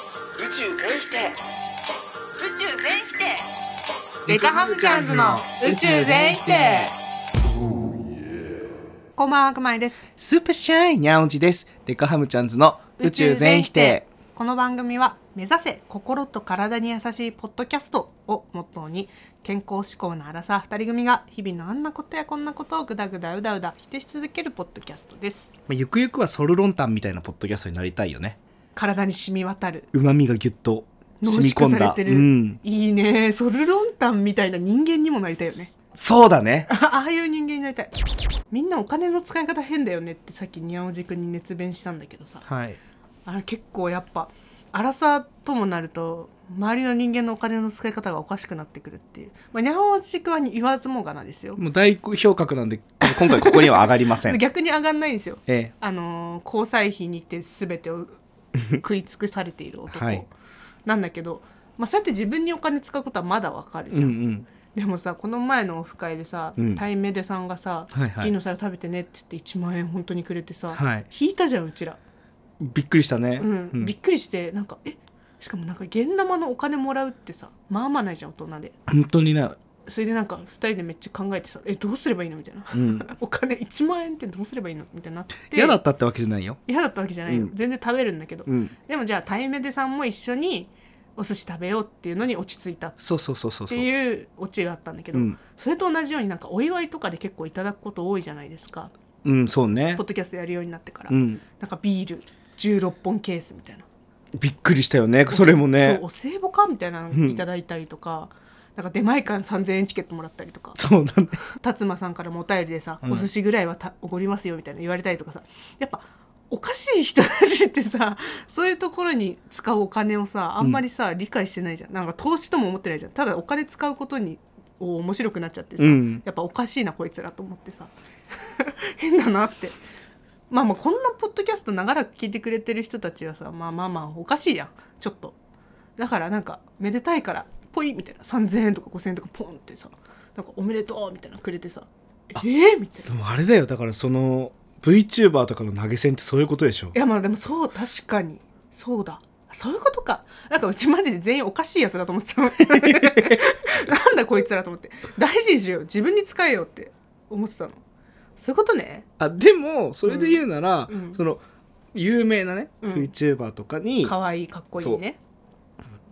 宙全否定宇宙全否定デカハムチャンズの宇宙全否定こんばんは、くまいです。スーパーシャイニャオジです。デカハムちゃんズの宇宙全否定。。この番組は、目指せ心と体に優しいポッドキャストをモットーに、健康志向の荒さ二人組が、日々のあんなことやこんなことをぐだぐだうだうだ否定し続けるポッドキャストです。まあ、ゆくゆくはソルロンタンみたいなポッドキャストになりたいよね。体に染み渡る。旨味がぎゅっと濃染み込縮んされだ。てうる。ん。いいね。ソルロンタンみたいな人間にもなりたいよね。そうだね。あああいう人間になりたい。みんなお金の使い方変だよねってさっきにゃおじくんに熱弁したんだけどさ。はい。あれ結構やっぱ荒さともなると周りの人間のお金の使い方がおかしくなってくるっていう、まあ、にゃおじくんは言わずもがなですよもう大評価なんで、今回ここには上がりませ ん。逆に上がんないんですよええ。あのー交際費にて全 てを食い尽くされている男、はいなんだけど、まあ、そうやって自分にお金使うことはまだわかるじうゃんん、うん。でもさこの前のオフ会でさ、うんタイメデさんがさ「はいはい銀の皿食べてね」って言って1万円本当にくれてさ、はい引いたじゃんうちら。びっくりしたね。うんびっくりしてなんかえしかもなんか現生のお金もらうってさまあまあないじゃん大人で本当にね。それでなんか2人でめっちゃ考えてさえどうすればいいのみたいな、んお金1万円ってどうすればいいのみたいになって嫌だったってわけじゃないよ。嫌だったわけじゃないよ、うん全然食べるんだけど、うん。でもじゃあタイメデさんも一緒にお寿司食べようっていうのに落ち着いたっそうそうそうそうそてう。いうオチがあったんだけど、うんそれと同じようになんかお祝いとかで結構いただくこと多いじゃないですかうん、そうねポッ。ドキャストやるようになってから、うん。なんかビール16本ケースみたいなびっくりしたよね。それもねそう。お歳暮かみたいなのいただいたりとか、なんか出前館3000円チケットもらったりとかそうだね。辰馬さんからもお便りでさ、うんお寿司ぐらいはたおごりますよみたいな言われたりとかさやっぱおかしい人たちってさ そういうところに使うお金をさあんまりさ、理解してないじゃんなんか投資とも思ってないじゃんただお金使うことにを面白くなっちゃってさ、うんやっぱおかしいなこいつらと思ってさ 変だなって。まあまあこんなポッドキャスト長らく聞いてくれてる人たちはさまあまあまあおかしいやんちょっとだからなんかめでたいからポイみたいな3,000円とか5,000円とかポンってさなんかおめでとうみたいなのくれてさえー、みたいでなもあれだよ。だからその、VTuber とかの投げ銭ってそういうことでしょい。やまあでもそう確かにそうだそういうことかなんかうちマジで全員おかしいやつだと思ってた のなんだこいつらと思って大事にしよう自分に使えよって思ってたのそういうことねあでもそれで言うなら、うんうんその有名なね、うん VTuber とかに、かわいいかっこいいね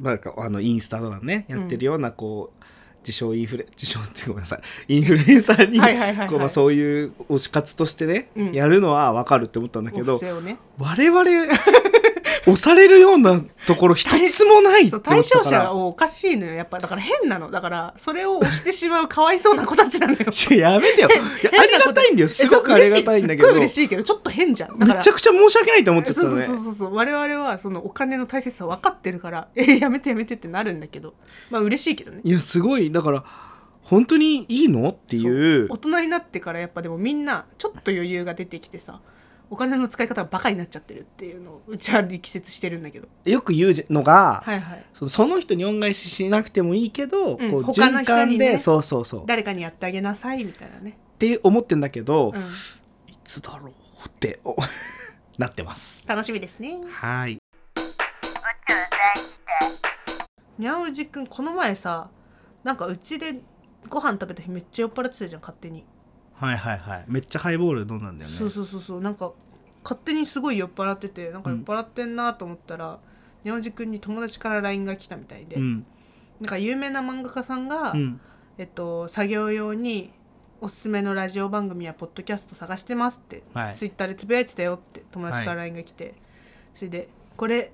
なんかあのインスタとかねやってるようなこう、自称インフレ自称ってごめんなさいイ ンフルエンサーにはいはいはいはいこうまあそういう推し活としてね、うんやるのは分かるって思ったんだけおど布施をね我々押されるようなところ一つもないってそ思うったから対象者をおかしいのよやっぱだから変なのだからそれを押してしまうかわいそうな子たちな のよ違うやめてよいやありがたいんだよすごくありがたいんだけえどそう嬉しいめすっごい嬉しいけどちょっと変じゃんだからちゃくちゃ申し訳ないと思っちゃったそうのそうねそうそうそう我々はそのお金の大切さ分かってるから 「えやめてやめて」ってなるんだけどまあ嬉しいけどねいやすごいだから本当にいいのっていう大人になってからやっぱでもみんなちょっと余裕が出てきてさお金の使い方がバカになっちゃってるっていうのをうちは力説してるんだけどよく言うのが、はいはいそのその人に恩返ししなくてもいいけど、うんこう他の人にね循環で、そうそうそうっ誰かにやってあげなさいみたいなね、て思ってんだけど、うん、いつだろうってお なってます。楽しみですねはい。にゃおじくんこの前さなんかうちでご飯食べた日めっちゃ酔っ払ってたじゃん勝手にはいはいはい。めっちゃハイボール飲んだんだよね。そうそうそうそうなんか勝手にすごい酔っ払っててなんか酔っ払ってんなと思ったら、にゃおじくんに友達から LINE が来たみたいで、ん。なんか有名な漫画家さんが、うん。えっと、作業用におすすめのラジオ番組やポッドキャスト探してますって、はいツイッターでつぶやいてたよって友達からは LINE が来て、それで「これ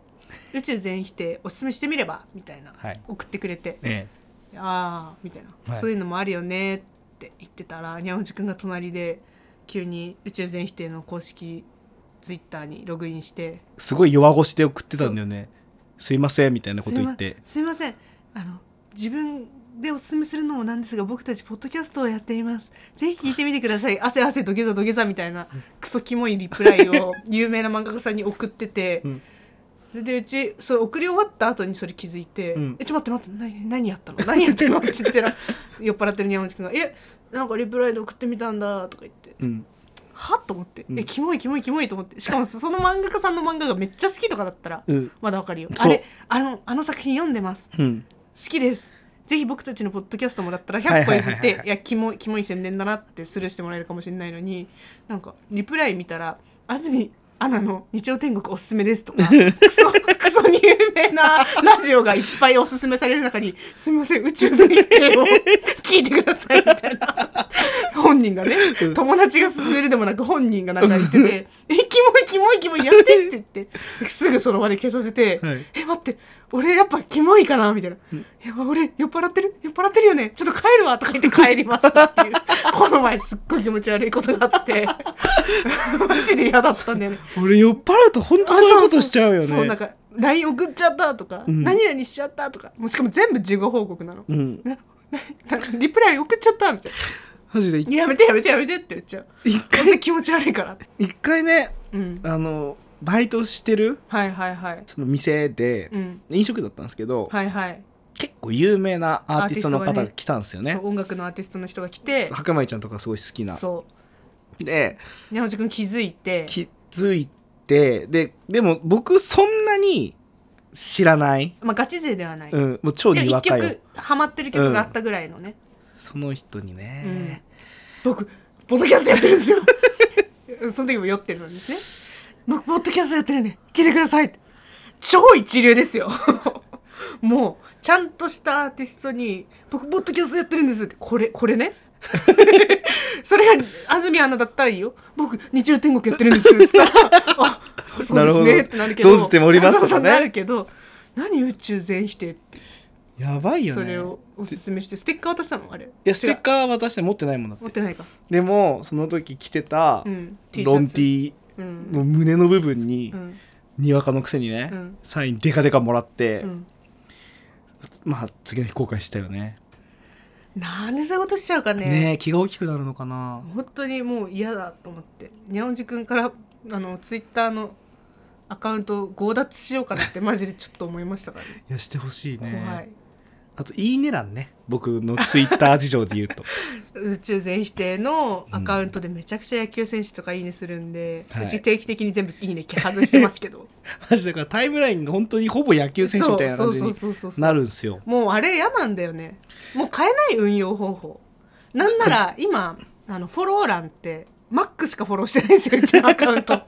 宇宙全否定おすすめしてみれば」みたいな、はい送ってくれてえ「ああ」みたいな、はいそういうのもあるよね」って言ってたらにゃおじくんが隣で急に宇宙全否定の公式ツイッターにログインしてえすごい弱腰で送ってたんだよね。すいませんみたいなこと言って。すいませんあの自分でおすすめするのもなんですが僕たちポッドキャストをやっていますぜひ聞いてみてください 汗汗土下座土下座みたいなクソキモいリプライを有名な漫画家さんに送ってて、うんそれでうちそれ送り終わった後にそれ気づいて「うんえちょっと待って待って何何やったの 何やったの?」って言ったら酔っ払ってる山内くんが「えなんかリプライで送ってみたんだ」とか言ってうん。 「はと思って、うんえキモいキモいキモいと思ってし かもその漫画家さんの漫画がめっちゃ好きとかだったらうんまだわかるよあそうれあのあの作品読んでますうん好きですぜひ僕たちのポッドキャストもらったらはい100個はいはい譲はいって、いやキモいキモい宣伝だなってスルーしてもらえるかもしれないのになんかリプライ見たら「安住アナの日曜天国おすすめです」 とかクソクソに有名なラジオがいっぱいおすすめされる中に「すみません宇宙全景を聞いてください」みたいな本人がね友達が勧めるでもなく本人がなんか言ってて「えキモいキモいキモいやって」って言ってすぐその場で消させて「はいえ待って俺やっぱキモいかなみたいな「いや俺酔っ払ってる酔っ払ってるよねちょっと帰るわ」とか言って帰りまし たっていうこの前すっごい気持ち悪いことがあって マジで嫌だったんだよね俺酔っ払うと本当そういうことしちゃうよねそうなんか LINE 送っちゃったとか、うん何々しちゃったとかもうしかも全部事後報告なの、うんななリプライ送っちゃったみたいマジでな「やめてやめてやめて」って言っちゃう一全然気持ち悪いからって一回ねうんあのバイトしてるはいはいはいその店で、うん飲食だったんですけど、はいはい、結構有名なアーティストの方が来たんですよねそう音楽のアーティストの人が来て白米ちゃんとかすごい好きなそでう山内くん気づいて気づいてででも僕そんなに知らない、まあガチ勢ではない、うん、もう超でに一わかよ曲ハマってる曲があったぐらいのね、その人にね、うん僕ポッドキャストやってるんですよ その時も酔ってるんですね僕ポッドキャストやってるんで聞いてくださいって超一流ですよ もうちゃんとしたアーティストに僕ポッドキャストやってるんですってこれこれ ねそれが安住アナだったらいいよ僕日曜天国やってるんですって言ったら あそうですねってなるけどなるほど存じておりますとかねそうそうなるけど何宇宙全否定ってやばいよねそれをおすすめしてステッカー渡したのあれいいやステッカー渡して持ってないもんだっ持っててないかでもその時着てた、うんロン T シ T ャツうんの胸の部分に、うんにわかのくせにね、うんサインデカデカもらって、うんまあ次の日後悔したよねなんでそういうことしちゃうかねねえ気が大きくなるのかな本当にもう嫌だと思ってにゃおじくんからあのツイッターのアカウントを強奪しようかなっ てマジでちょっと思いましたからねいやしてほしいね怖いあと「いいね」欄ね僕のツイッター事情で言う と宇宙全否定のアカウントでめちゃくちゃ野球選手とかいいねするんで、はいうち定期的に全部いいね外してます けどマジだからタイムラインが本当にほぼ野球選手みたいな感じそうにそうそうそうそうなるんですよもうあれ嫌なんだよねもう変えない運用方法なんなら今あのフォロー欄ってマックしかフォローしてないんですようちのアカウン ト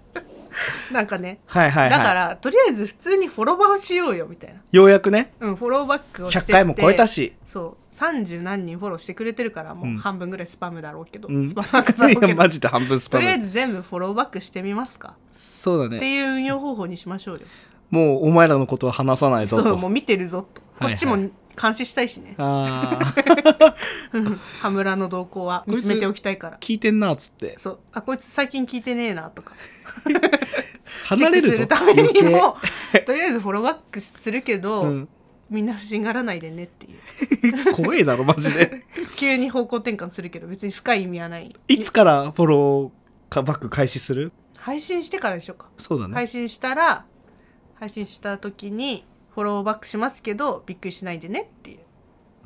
なんかねはいはいはいだからとりあえず普通にフォロバーをしようよみたいな、ようやくねうん、フォローバックをしてっ100て回も超えたしそう30何人フォローしてくれてるからもう半分ぐらいスパムだろうけど、うんスパムアカだろ ういけやどマジで半分スとパりあえムず全部フォローバックしてみますか、そうだっねていう運用方法にしましょうよもうお前らのことは話さないぞそうともう見てるぞとこっちもはい監視したいしね、あ ー羽村の動向は見つめておきたいから聞いてんなっつってそうあこいつ最近聞いてねえなとか離れるぞチェックするために余もとりあえずフォローバックするけど、計うんみんな不審がらないでねっていう怖いだろマジで急に方向転換するけど別に深い意味はないいつからフォローかバック開始する配信してからでしょうか、そうだね、配信したら配信した時にフォローバックしますけどびっくりしないでねっていう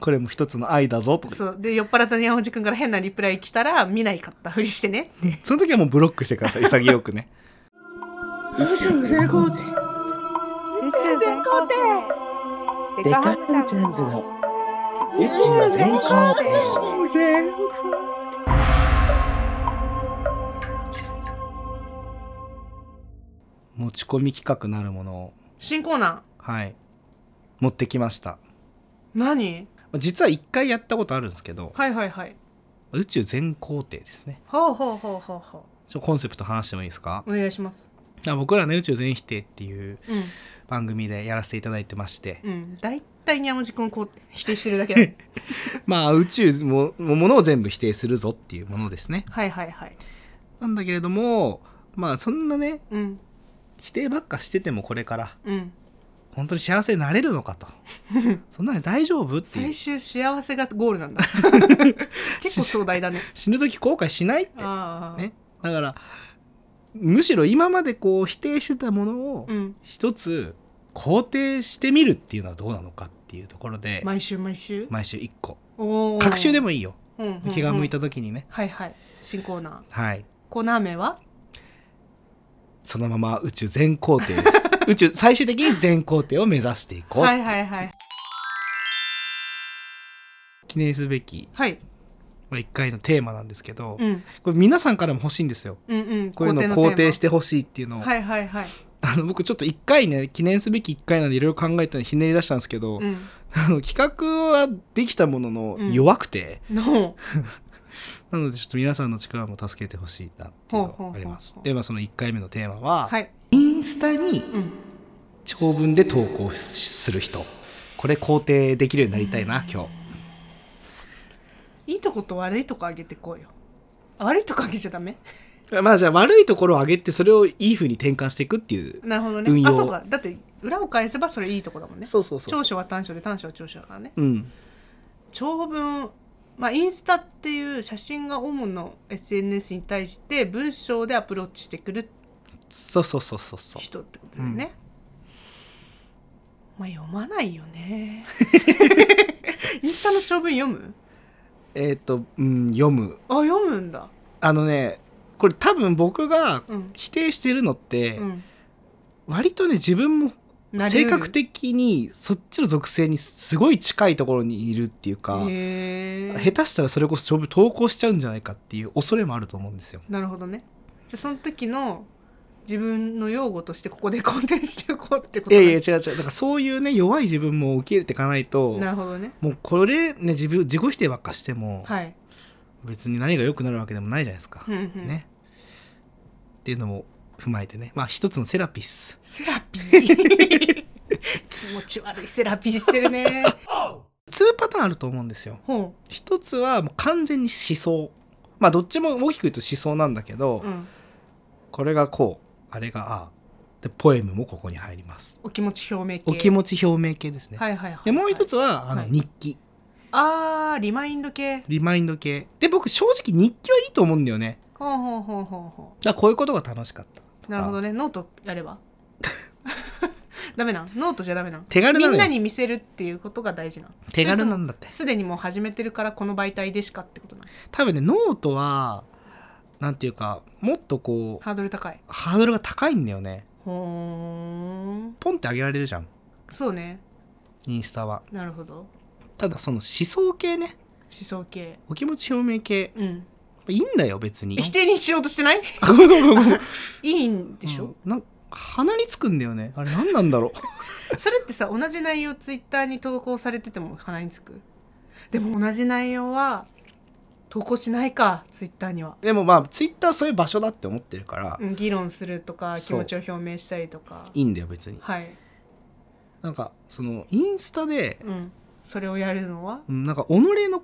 これも一つの愛だぞとかそうで酔っ払ったにゃおじくんから変なリプライ来たら見ないかったふりしてねってその時はもうブロックしてください 潔くね宇宙全肯定デカハムチャンズの宇宙全肯定持ち込み企画なるものを新コーナはい持ってきましたー何実は一回やったことあるんですけどはいはいはい宇宙全工程ですねほうほうほうほうほちょっとコンセプト話してもいいですかうお願いしますあ僕らね宇宙全否定っていううん番組でやらせていただいてましてうん、大体にゃもじくんをこう否定してるだけだ まあ宇宙もものを全部否定するぞっていうものですねはいはいはいなんだけれどもまあそんなねうん否定ばっかしててもこれからうん本当に幸せになれるのか とそんなの大丈夫っていう最終幸せがゴール なんだ結構壮大だね死ぬ時後悔しないってああ、ねだからむしろ今までこう否定してたものをうん一つ肯定してみるっていうのはどうなのかっていうところで毎週毎週毎週1個お隔週でも、もいいようんうんうん気が向いた時にねはいはい新コーナはい粉飴はそのまま宇宙全行程です 宇宙最終的に全行程を目指していこう、はいはいはい記念すべき、はい、まあ、1回のテーマなんですけど、うん、これ皆さんからも欲しいんですようんうんこういうの工を程肯定しててほしいっていうのを、はいはいはい、あの僕ちょっと1回ね記念すべき1回なんでいろいろ考えたのひねり出したんですけど、うん、あの企画はできたもののうん弱くて、のなのでちょっと皆さんの力も助けてほしいなっていうのがありますほうほうほうほうではその1回目のテーマは、はい、インスタにうん、長文で投稿する人これ肯定できるようになりたいな今日いいとこと悪いとこあげてこうよ悪いとこあげちゃダメ まあじゃあ悪いところを上げてそれをいい風に転換していくっていうなるほど運ね用あそうかだって裏を返せばそれいいとこだもんねそうそうそう長所は短所で短所は長所だからねうん長文まあインスタっていう写真が主の SNS に対して文章でアプローチしてくるそうそうそうそうそう人ってことだよね、まあ読まないよね インスタの長文読むえっ、と、うん、読むあ読むんだあのねこれ多分僕がうん否定してるのって、うん割とね自分もなりう性る格的にそっちの属性にすごい近いところにいるっていうか、へえ下手したらそれこそ長文投稿しちゃうんじゃないかっていう恐れもあると思うんですよ。なるほどねじゃあその時の自分の用語としてここで 肯定しておこうってこいとやだいや違う違うだからそういうね弱い自分も受け入れていかないとなるほどねもうこれね自分自己否定ばっかしても、はい、別に何が良くなるわけでもないじゃないですか。うんうんね。っていうのも踏まえてねまあ一つのセラピス。セラピー 気持ち悪いセラピーして るね2パターンあると思うんですよ。ほ一つはもう完全に思想。まあどっちも大きく言うと思想なんだけど、う、うん、これがこうあれがああでポエムもここに入ります。お気持ち表明系お気持ち表明系ですね。はいはいはい、でもう一つは、あのはい日記あーリマインド系リマインド系で僕正直日記はいいと思うんだよねほうほうほうほうほだからこういうことが楽しかったうなるほどねねノートやれば ダメなんノートじゃダメなん手軽みなんのなよに見せるっていうことが大事なの手軽なんだってすでにもう始めてるからこの媒体でしかってことない多分ねノートはなんていうかもっとこうハードル高いハードルが高いんだよねほーんポンって上げられるじゃんそうねインスタはなるほど思ただその思想系ね想系お気持ち表明系うんいいんだよ別に否定にしようとしてない あごめんごめんごめんいいんでしょ、うんなんか鼻につくんだよねあれ何なんだろ うそれってさ同じ内容ツイッターに投稿されてても鼻につくでも同じ内容は投稿しないかツイッターには、でもまあツイッターそういう場所だって思ってるから、うん、議論するとか気そう持ちを表明したりとかいいんだよ別にはい、なんかそのインスタでうん、それをやるのはうんなんか己の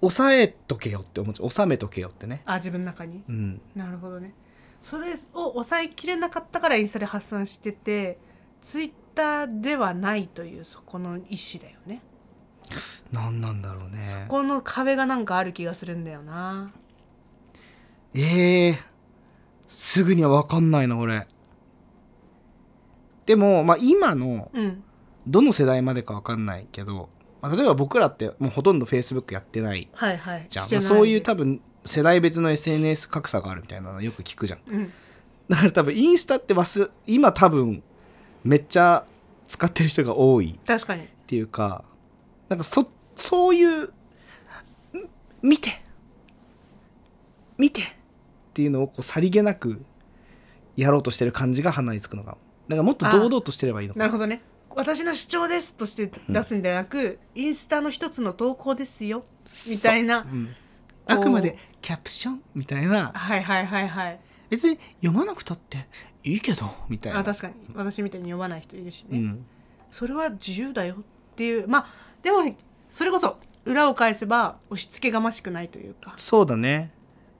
抑えとけよって思っちゃう収めとけよってねあ自分の中にうんなるほどねそれを抑えきれなかったからインスタで発散しててツイッターではないというそこの意思だよね何なんだろうねこの壁がなんかある気がするんだよなえー、すぐには分かんないな俺でも、まあ、今のうんどの世代までか分かんないけど、まあ、例えば僕らってもうほとんど Facebook やってないはいはいじゃん、してまあなそういうです多分世代別の SNS 格差があるみたいなのよく聞くじゃんうんだから多分インスタって忘れ今多分めっちゃ使ってる人が多い確かにっていうかなんかそそういうん見て見てっていうのをこうさりげなくやろうとしてる感じが鼻につくのかもだからもっと堂々としてればいいのかなるほどね私の主張ですとして出すんじゃなく、インスタの一つの投稿ですよみたいなそううんあくまでキャプションみたいなはいはいはいはい別に読まなくたっていいけどみたいなあ確かに私みたいに読まない人いるしね、うん、それは自由だよっていうまあでもそれこそ裏を返せば押し付けがましくないというかそうだね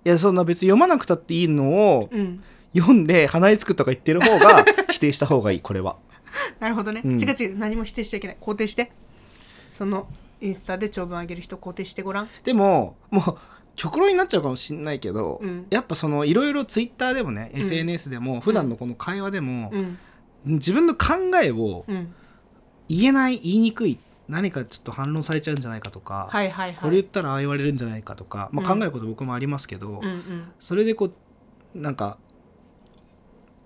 いやそんな別に読まなくたっていいのをうん読んで鼻につくとか言ってる方 が否定した方がいいこれはなるほどね、うん違う違う何も否定しちゃいけない肯定してそのインスタで長文上げる人肯定してごらんでももう極論になっちゃうかもしんないけど、うんやっぱそのいろいろツイッターでもね、ん SNS でも普段のこの会話でもう、ん自分の考えをうん言えない言いにくい何かちょっと反論されちゃうんじゃないかとか、はいはいこはれい言ったらああ言われるんじゃないかとか、まあ、うん考えること僕もありますけど、うんうんそれでこうなんか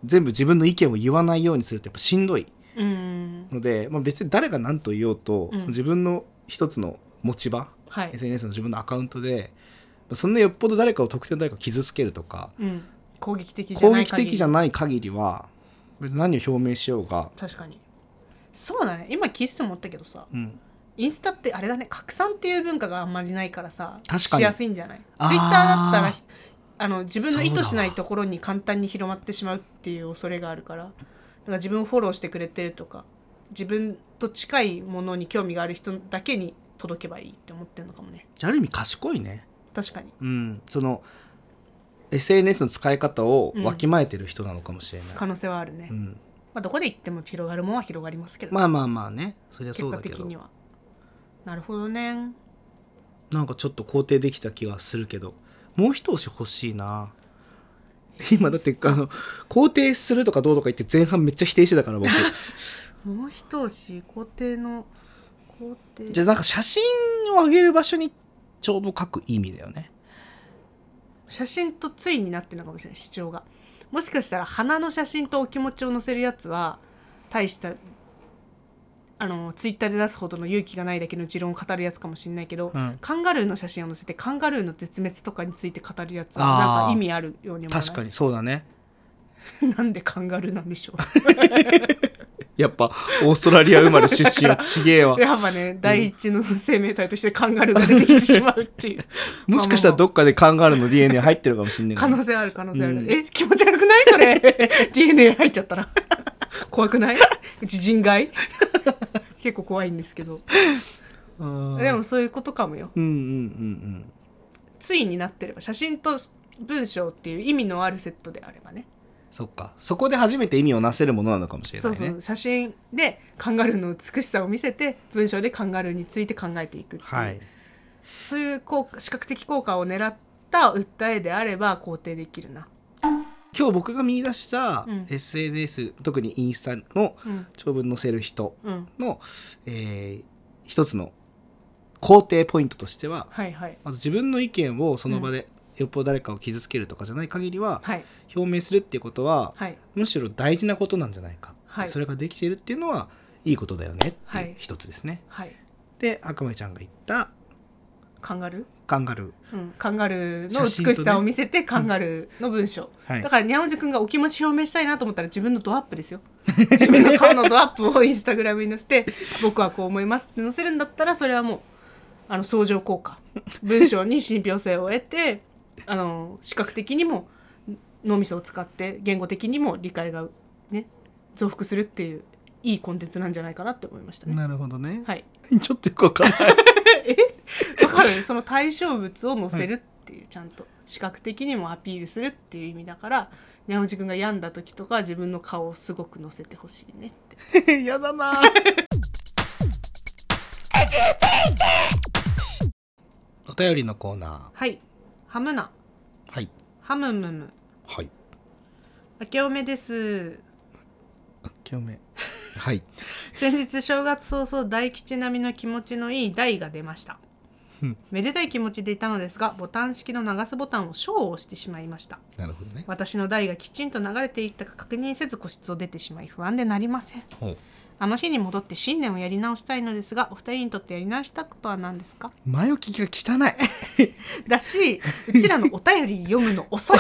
全部自分の意見を言わないようにするとやっぱしんどいうんので、まあ、別に誰が何と言おうと、うん自分の一つの持ち場はい SNS の自分のアカウントでそんなよっぽど誰かを特定の誰かを傷つけるとかうん攻撃的じゃ攻ない撃限り的じゃない限りは別に何を表明しようが、確かにそうだね今聞いてて思ったけどさうん、インスタってあれだね拡散っていう文化があんまりないからさ確かにしやすいんじゃないツイあーッターだったらあの自分の意図しなそうだいわところに簡単に広まってしまうっていう恐れがあるからだから自分をフォローしてくれてるとか自分と近いものに興味がある人だけに届けばいいって思ってるのかもねじゃあある意味賢いね、確かにうん、その SNS の使い方をうんわきまえてる人なのかもしれない、可能性はあるね、うんまあ、どこで行っても広がるもんは広がりますけど、まあまあまあねそりゃそ結う果だけ的どにはなるほどねなんかちょっと肯定できた気がするけどもう一押し欲しいな今だってあの肯定するとかどうとか言って前半めっちゃ否定してた から僕もう一押し肯定の肯定じゃあなんか写真を上げる場所にちょうど書く意味だよね写真とついになってるのかもしれない主張がもしかしたら花の写真とお気持ちを載せるやつは大したあのツイッターで出すほどの勇気がないだけの持論を語るやつかもしれないけど、うんカンガルーの写真を載せてカンガルーの絶滅とかについて語るやつはあーなんか意味あるように思わない確かにそうだねになんでカンガルーなんでしょ やっぱオーストラリア生まれ出身はちげえわ うやっぱね第一の生命体としてカンガルーが出てきてしまうっていう もしかしたらどっかでカンガルーの DNA 入ってるかもしんないか可ら能性ある可能性ある、うんえ気持ち悪くないそ れ DNA 入っちゃったら怖くないうち人外結構怖いんですけどうんでもそういうことかもようんうんうんついになってれば写真と文章っていう意味のあるセットであればねそっかそこで初めて意味をなせるものなのかもしれないそうねそう写真でカンガルーの美しさを見せて文章でカンガルーについて考えていくっていう、はいそういう効果視覚的効果を狙った訴えであれば肯定できるな、今日僕が見出したうん SNS、特にインスタのうん長文載せる人うん、の、えー一つの肯定ポイントとしてははいはいまず自分の意見をその場で、よっぽど誰かを傷つけるとかじゃない限りははい表明するっていうことははいむしろ大事なことなんじゃないか、はいそれができているっていうのはいいことだよねってはいうい一つですね。はいで悪魔ちゃんが言ったカンガルーカンガルー、うん、カンガルーの美しさを見せて、カンガルーの文章、はいだからにゃおじくんがお気持ち表明したいなと思ったら自分のドアップ ですよ自分の顔のドアップをインスタグラムに載せて僕はこう思いますって載せるんだったらそれはもうあの相乗効果文章に信憑性を得てあの視覚的にも脳みそを使って言語的にも理解がね増幅するっていういいコンテンツなんじゃないかなって思いましたね。なるほどね、はい、ちょっとよくわかんないわ かるその対象物を載せるっていう、ちゃんと視覚的にもアピールするっていう意味だからにゃおじくんが病んだ時とかは自分の顔をすごく載せてほしいねって やだなお便りのコーナはいハムナーはいハムムムはい明けおめですあ今日目 はい先日正月早々大吉並みの気持ちのいい台が出ましたうんめでたい気持ちでいたのですがボタン式の流すボタンを小を押してしまいましたなるほどね私の台がきちんと流れていったか確認せず個室を出てしまい不安でなりませんほうあの日に戻って新年をやり直したいのですがお二人にとってやり直したことは何ですか前置きが汚いだしうちらのお便り読むの 遅い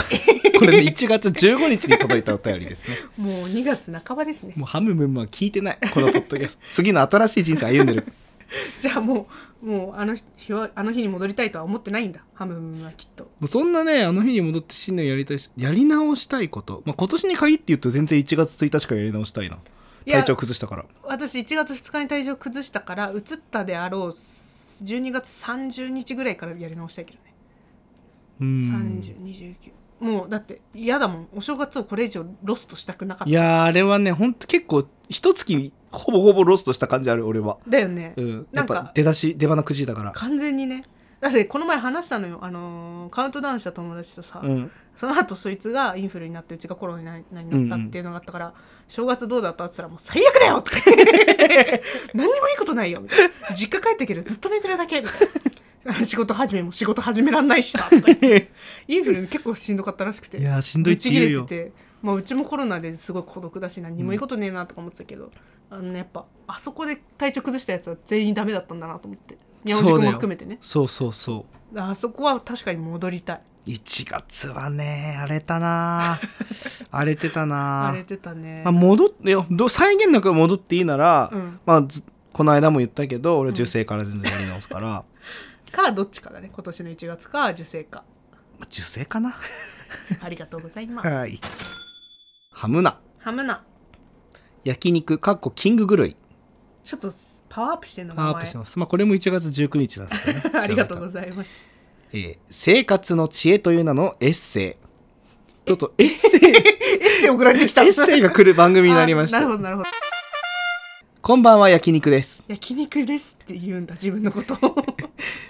これね1月15日に届いたお便りですねもう2月半ばですね もうハムムムは聞いてないこのポッドキャス ト次の新しい人生歩んでるじゃあもうもうあの日はあの日に戻りたいとは思ってないんだハムムムはきっともうそんなねあの日に戻って新年やりたいしやり直したいこと、まあ、今年に限って言うと全然1月1日からやり直したいないや体調崩したから私1月2日に体調崩したから移ったであろう12月30日ぐらいからやり直したいけどねうーん3029もうだって嫌だもんお正月をこれ以上ロストしたくなかっいやーあれはねほんと結構一月ほぼほぼロストした感じある俺はただよね、うんやなっんかぱ出だし出花くじだから完全にねだってこの前話したのよ、あのーカウントダウンした友達とさ、うんその後そいつがインフルになってうちがコロナになったっていうのがあったから、正月どうだったって言ったらもう最悪だよとか 何にもいいことないよみたいな実家帰ってけどずっと寝てるだけみたいな仕事始めも仕事始めらんないしさとか 言ってインフル結構しんどかったらしくていやーしんどいって言うよブチ切れてて、まあ、うちもコロナですごい孤独だし何もいいことねえなとか思ってたけど、あのねやっぱあそこで体調崩したやつは全員ダメだったんだなと思って日本そう人だもよ含めてねそうそうそあそこは確かに戻りたいう1月はね荒れた な荒れてたな荒れてたね、まあ、戻ってよど再現なく戻っていいなら、うんまあ、ずこの間も言ったけど俺は受精から全然やり直すから、 まかどっちかだね今年の1月か受 精かあ受精かなありがとうございます、はいハムナハムナ焼肉かっこキンググルイちょっとパワーアップしてんのパワーアップしてます、まあ、これも1月19日なんですけどね ありがとうごいざいますます、えー生活の知恵という名のエッセイちょっとエッセイエッセイ送られてきたエッセイが来る番組になりましあたなるほどなるほどこんばんは焼肉です焼肉ですって言うんだ自分 のこと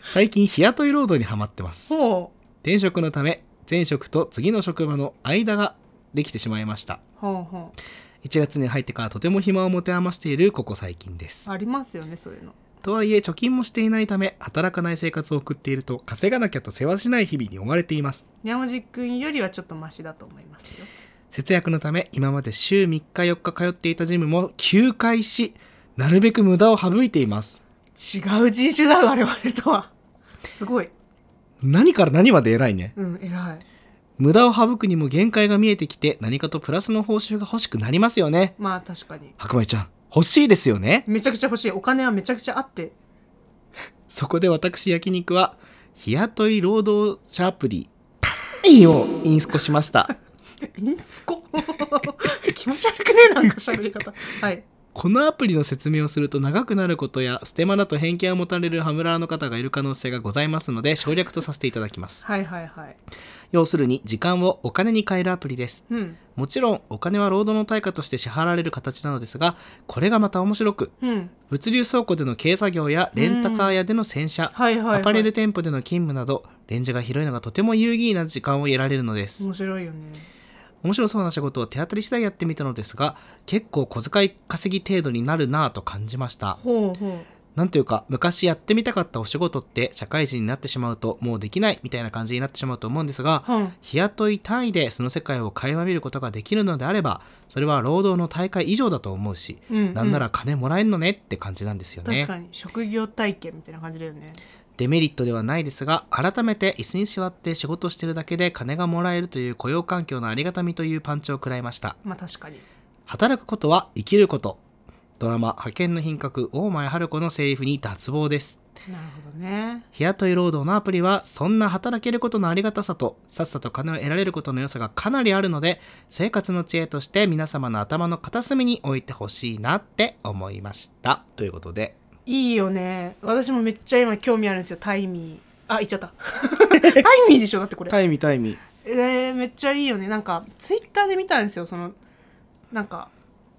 最近日雇い労働にハマってますほう転職のため前職と次の職場の間ができてしまいましたほうほ1月に入ってからとても暇を持て余しているここ最近ですうありますよねそういうのとはいえ貯金もしていないため働かない生活を送っていると稼がなきゃと世話しない日々に追われていますにゃおじくんよりはちょっとマシだと思いますよ節約のため今まで週3日4日通っていたジムも休会しなるべく無駄を省いています違う人種だ我々とはすごい何から何まで偉いねうん偉い無駄を省くにも限界が見えてきて何かとプラスの報酬が欲しくなりますよねまあ確かに白米ちゃん欲しいですよねめちゃくちゃ欲しいお金はめちゃくちゃあってそこで私焼肉は日雇い労働者アプリタイをインスコしましたインスコ 気持ち悪くねえなんか喋り方はいこのアプリの説明をすると長くなることやステマだと偏見を持たれるハムラーの方がいる可能性がございますので省略とさせていただきますはいはいはい要するに時間をお金に変えるアプリですうんもちろんお金は労働の対価として支払われる形なのですがこれがまた面白くうん物流倉庫での軽作業やレンタカー屋での洗車、はいはい、はい、アパレル店舗での勤務などレンジが広いのがとても有意義な時間を得られるのです面白いよね面白そうな仕事を手当たり次第やってみたのですが結構小遣い稼ぎ程度になるなぁと感じましたほうほなんというか昔やってみたかったお仕事って社会人になってしまうともうできないみたいな感じになってしまうと思うんですがううん日雇い単位でその世界を垣間見ることができるのであればそれは労働の大会以上だと思うし、うんなんなら金もらえるのねって感じなんですよね確かに職業体験みたいな感じだよねデメリットではないですが改めて椅子に座って仕事してるだけで金がもらえるという雇用環境のありがたみというパンチを食らいましたまあ確かに働くことは生きることドラマ「派遣の品格大前春子」のセリフに脱帽ですなるほどね日雇い労働のアプリはそんな働けることのありがたさとさっさと金を得られることの良さがかなりあるので生活の知恵として皆様の頭の片隅に置いてほしいなって思いましたということでいいよね私もめっちゃ今興味あるんですよタイミーあ言っちゃ ったタイミーでしょだってこれイミタイミえー、めっちゃいいよねなんかツイッターで見たんですよそのなん か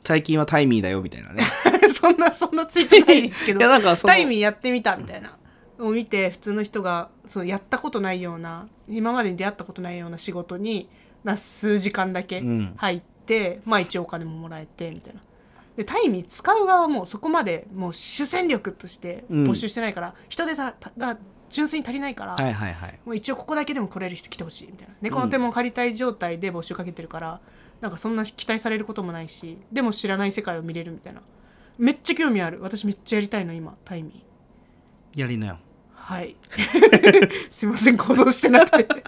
最近はタイミーだよみたい なねそんなそんなツイートないんですけどんかタイミーやってみたみたいなを見て普通の人がそのやったことないような今までに出会ったことないような仕事にな数時間だけうん入って、まあ一応お金ももらえてみたいな。でタイミー使う側もそこまでもう主戦力として募集してないから、人手がが純粋に足りないから、いはいはいもう一応ここだけでも来れる人来てほしいみたいな猫の手も借りたい状態で募集かけてるから、なんかそんな期待されることもないしでも知らない世界を見れるみたいなめっちゃ興味ある私めっちゃやりたいの今タイミーやりなよはい すいません行動して なくて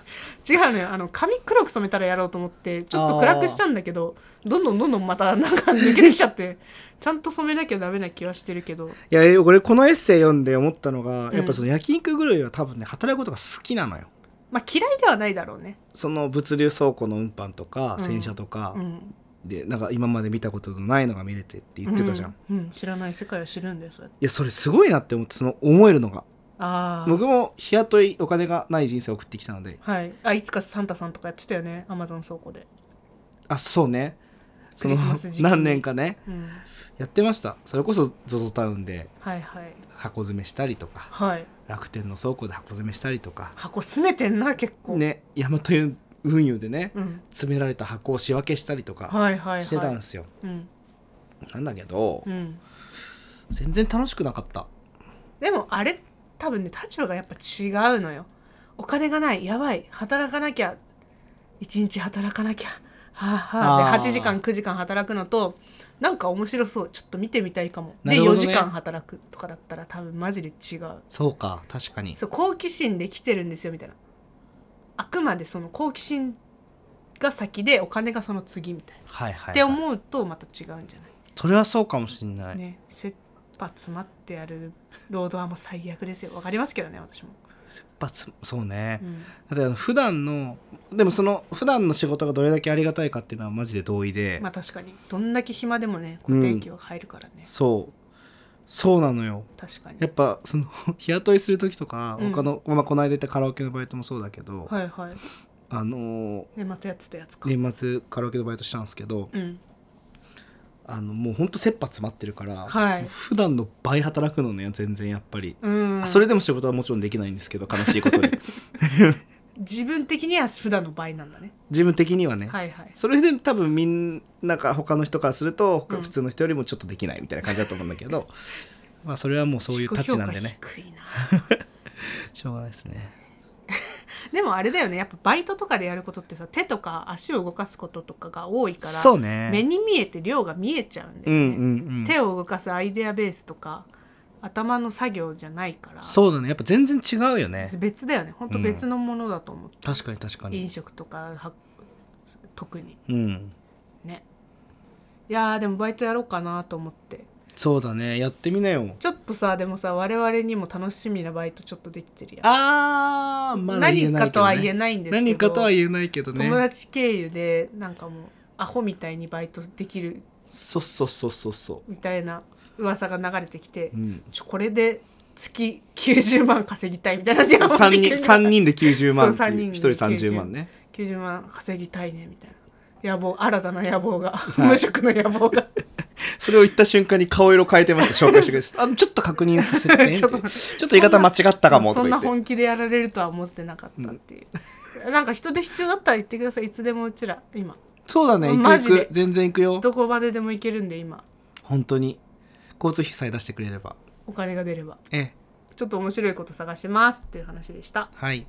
違うのよあの髪黒く染めたらやろうと思ってちょっと暗くしたんだけどどんどんどんどんまたなんか抜けてきち ゃってちゃんと染めなきゃダメな気はしてるけどいや俺このエッセイ読んで思ったのが、うんやっぱその焼肉狂いは多分ね働くことが好きなのよまあ嫌いではないだろうねその物流倉庫の運搬とかうん洗車とかう、んでなんか今まで見たことのないのが見れてって言ってたじゃん、い、うん、うん知らない世界を知るんですやそれすごいなって思ってその思えるのがああ僕も日雇いお金がない人生を送ってきたのではい、あいつかサンタさんとかやってたよねアマゾン倉庫であそうねクリスマス時期に何年かねうん、やってましたそれこそ ZOZO タウンではいはい箱詰めしたりとかはい楽天の倉庫で箱詰めしたりとか箱詰めてんな結構、ね大和運輸でねうん、詰められた箱を仕分けしたりとかはいはいはいしてたんですよ、うんなんだけどうん、全然楽しくなかったでもあれ多分ね立場がやっぱ違うのよお金がないやばい働かなきゃ一日働かなきゃはあはああーで8時間9時間働くのとなんか面白そうちょっと見てみたいかも、なでるほど4ね時間働くとかだったら多分マジで違うそうか確かにそう好奇心で来てるんですよみたいなあくまでその好奇心が先でお金がその次みたいな、はいはい、はい、って思うとまた違うんじゃないそれはそうかもしんない、ね切羽詰まってやる労働はもう最悪ですよわかりますけどね私も、やっぱつそうねう、んだってあの普段のでもその普段の仕事がどれだけありがたいかっていうのはマジで同意で、まあ確かにどんだけ暇でもね固定給が入るからね、そうそうなのよ確かにやっぱその 日雇いする時とかうん他の、まあ、この間言ったカラオケのバイトもそうだけど、はいはいあのーねまたやってたやつか、年末カラオケのバイトしたんですけどうんあのもうほんと切羽詰まってるから、はい普段の倍働くのね全然やっぱり、うんそれでも仕事はもちろんできないんですけど悲しい ことに自分的には普段の倍なんだね自分的にはね、はいはいそれで多分みんなか他の人からすると他うん普通の人よりもちょっとできないみたいな感じだと思うんだけど、まあそれはもうそういうタッチなんでね自己評価低いなしょうがないですねでもあれだよねやっぱバイトとかでやることってさ手とか足を動かすこととかが多いからそうね目に見えて量が見えちゃうんだうよね、んうんうん手を動かすアイデアベースとか頭の作業じゃないからそうだねやっぱ全然違うよね別だよね本当別のものだと思って、確かに確か飲に食とかは特にうんねいやーでもバイトやろうかなと思ってそうだねやってみなよちょっとさでもさ我々にも楽しみなバイトちょっとできてるやん、あーまだ言え何ないけど、かね、とは言えないんですけど何かとは言えないけど友ね達経由でなんかもうアホみたいにバイトできるそうそうそうそうそみたいな噂が流れてきて、う、う ん、ちょこれで月90万稼ぎたいみたいな電3話して人くる三人で90万ってそう三い人うで1人30万ね90万稼ぎたいねみたいな野望新たな野 望が、無職の野望がそれを言った瞬間に顔色変えてました紹介してくれて あのちょっと確認させてねって ちちょょっっとと待言い方間違ったかもそとか言んなそんなって本気でやられるとは思ってなかったっていう、なんか人で必要だったら言ってくださいいつでもうちら今そうだねマ行ジくで行く全然行くよどこまででも行けるんで今本当に交通費さえ出してくれればお金が出ればええちょっと面白いこと探してますっていう話でしたはい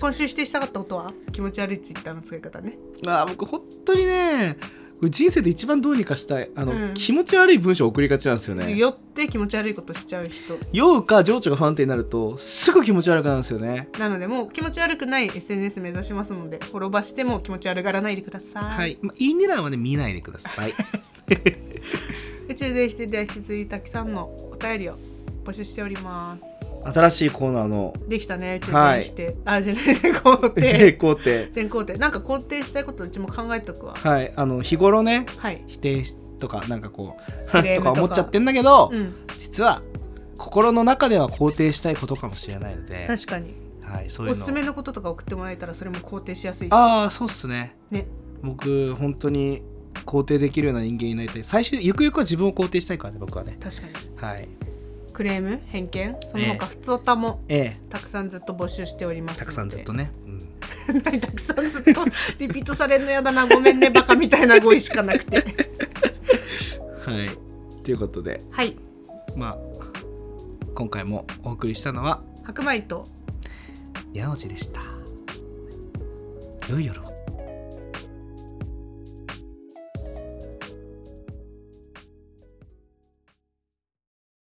今週指定したかったことは気持ち悪いツイッターの使い方ねあー僕本当にねこれ人生で一番どうにかしたいあの、うん気持ち悪い文章を送りがちなんですよね酔って気持ち悪いことしちゃう人酔うか情緒が不安定になるとすぐ気持ち悪くなるんですよねなのでもう気持ち悪くない SNS 目指しますのでフォロバしても気持ち悪がらないでください、はい、まあ、いい狙いはね見ないでくださ い宇宙で否定では引き続きたくさんのお便りを募集しております新しいコーナーのできたね宇宙はでい否定、あじゃない全肯成 定功って全肯定なんか肯定したいことうちも考えとくわはいあの日頃ねはい否定とかなんかこ うクレームとか思とっかちゃってんだけど、うん実は心の中では肯定したいことかもしれないので、確かにはい、そういおうのすすめのこととか送ってもらえたらそれも肯定しやすいしああそうっすねね僕本当に肯定できるような人間になりたい最終ゆくゆくは自分を肯定したいからね僕はね確かにはいクレーム偏見その他普通おたもええたくさんずっと募集しておりますたくさんずっと ねね、うんたくさんずっとリピートされんのやだなごめんねバカみたいな語彙しかなくてはいということではいまあ今回もお送りしたのは白米と矢野地でした良い夜を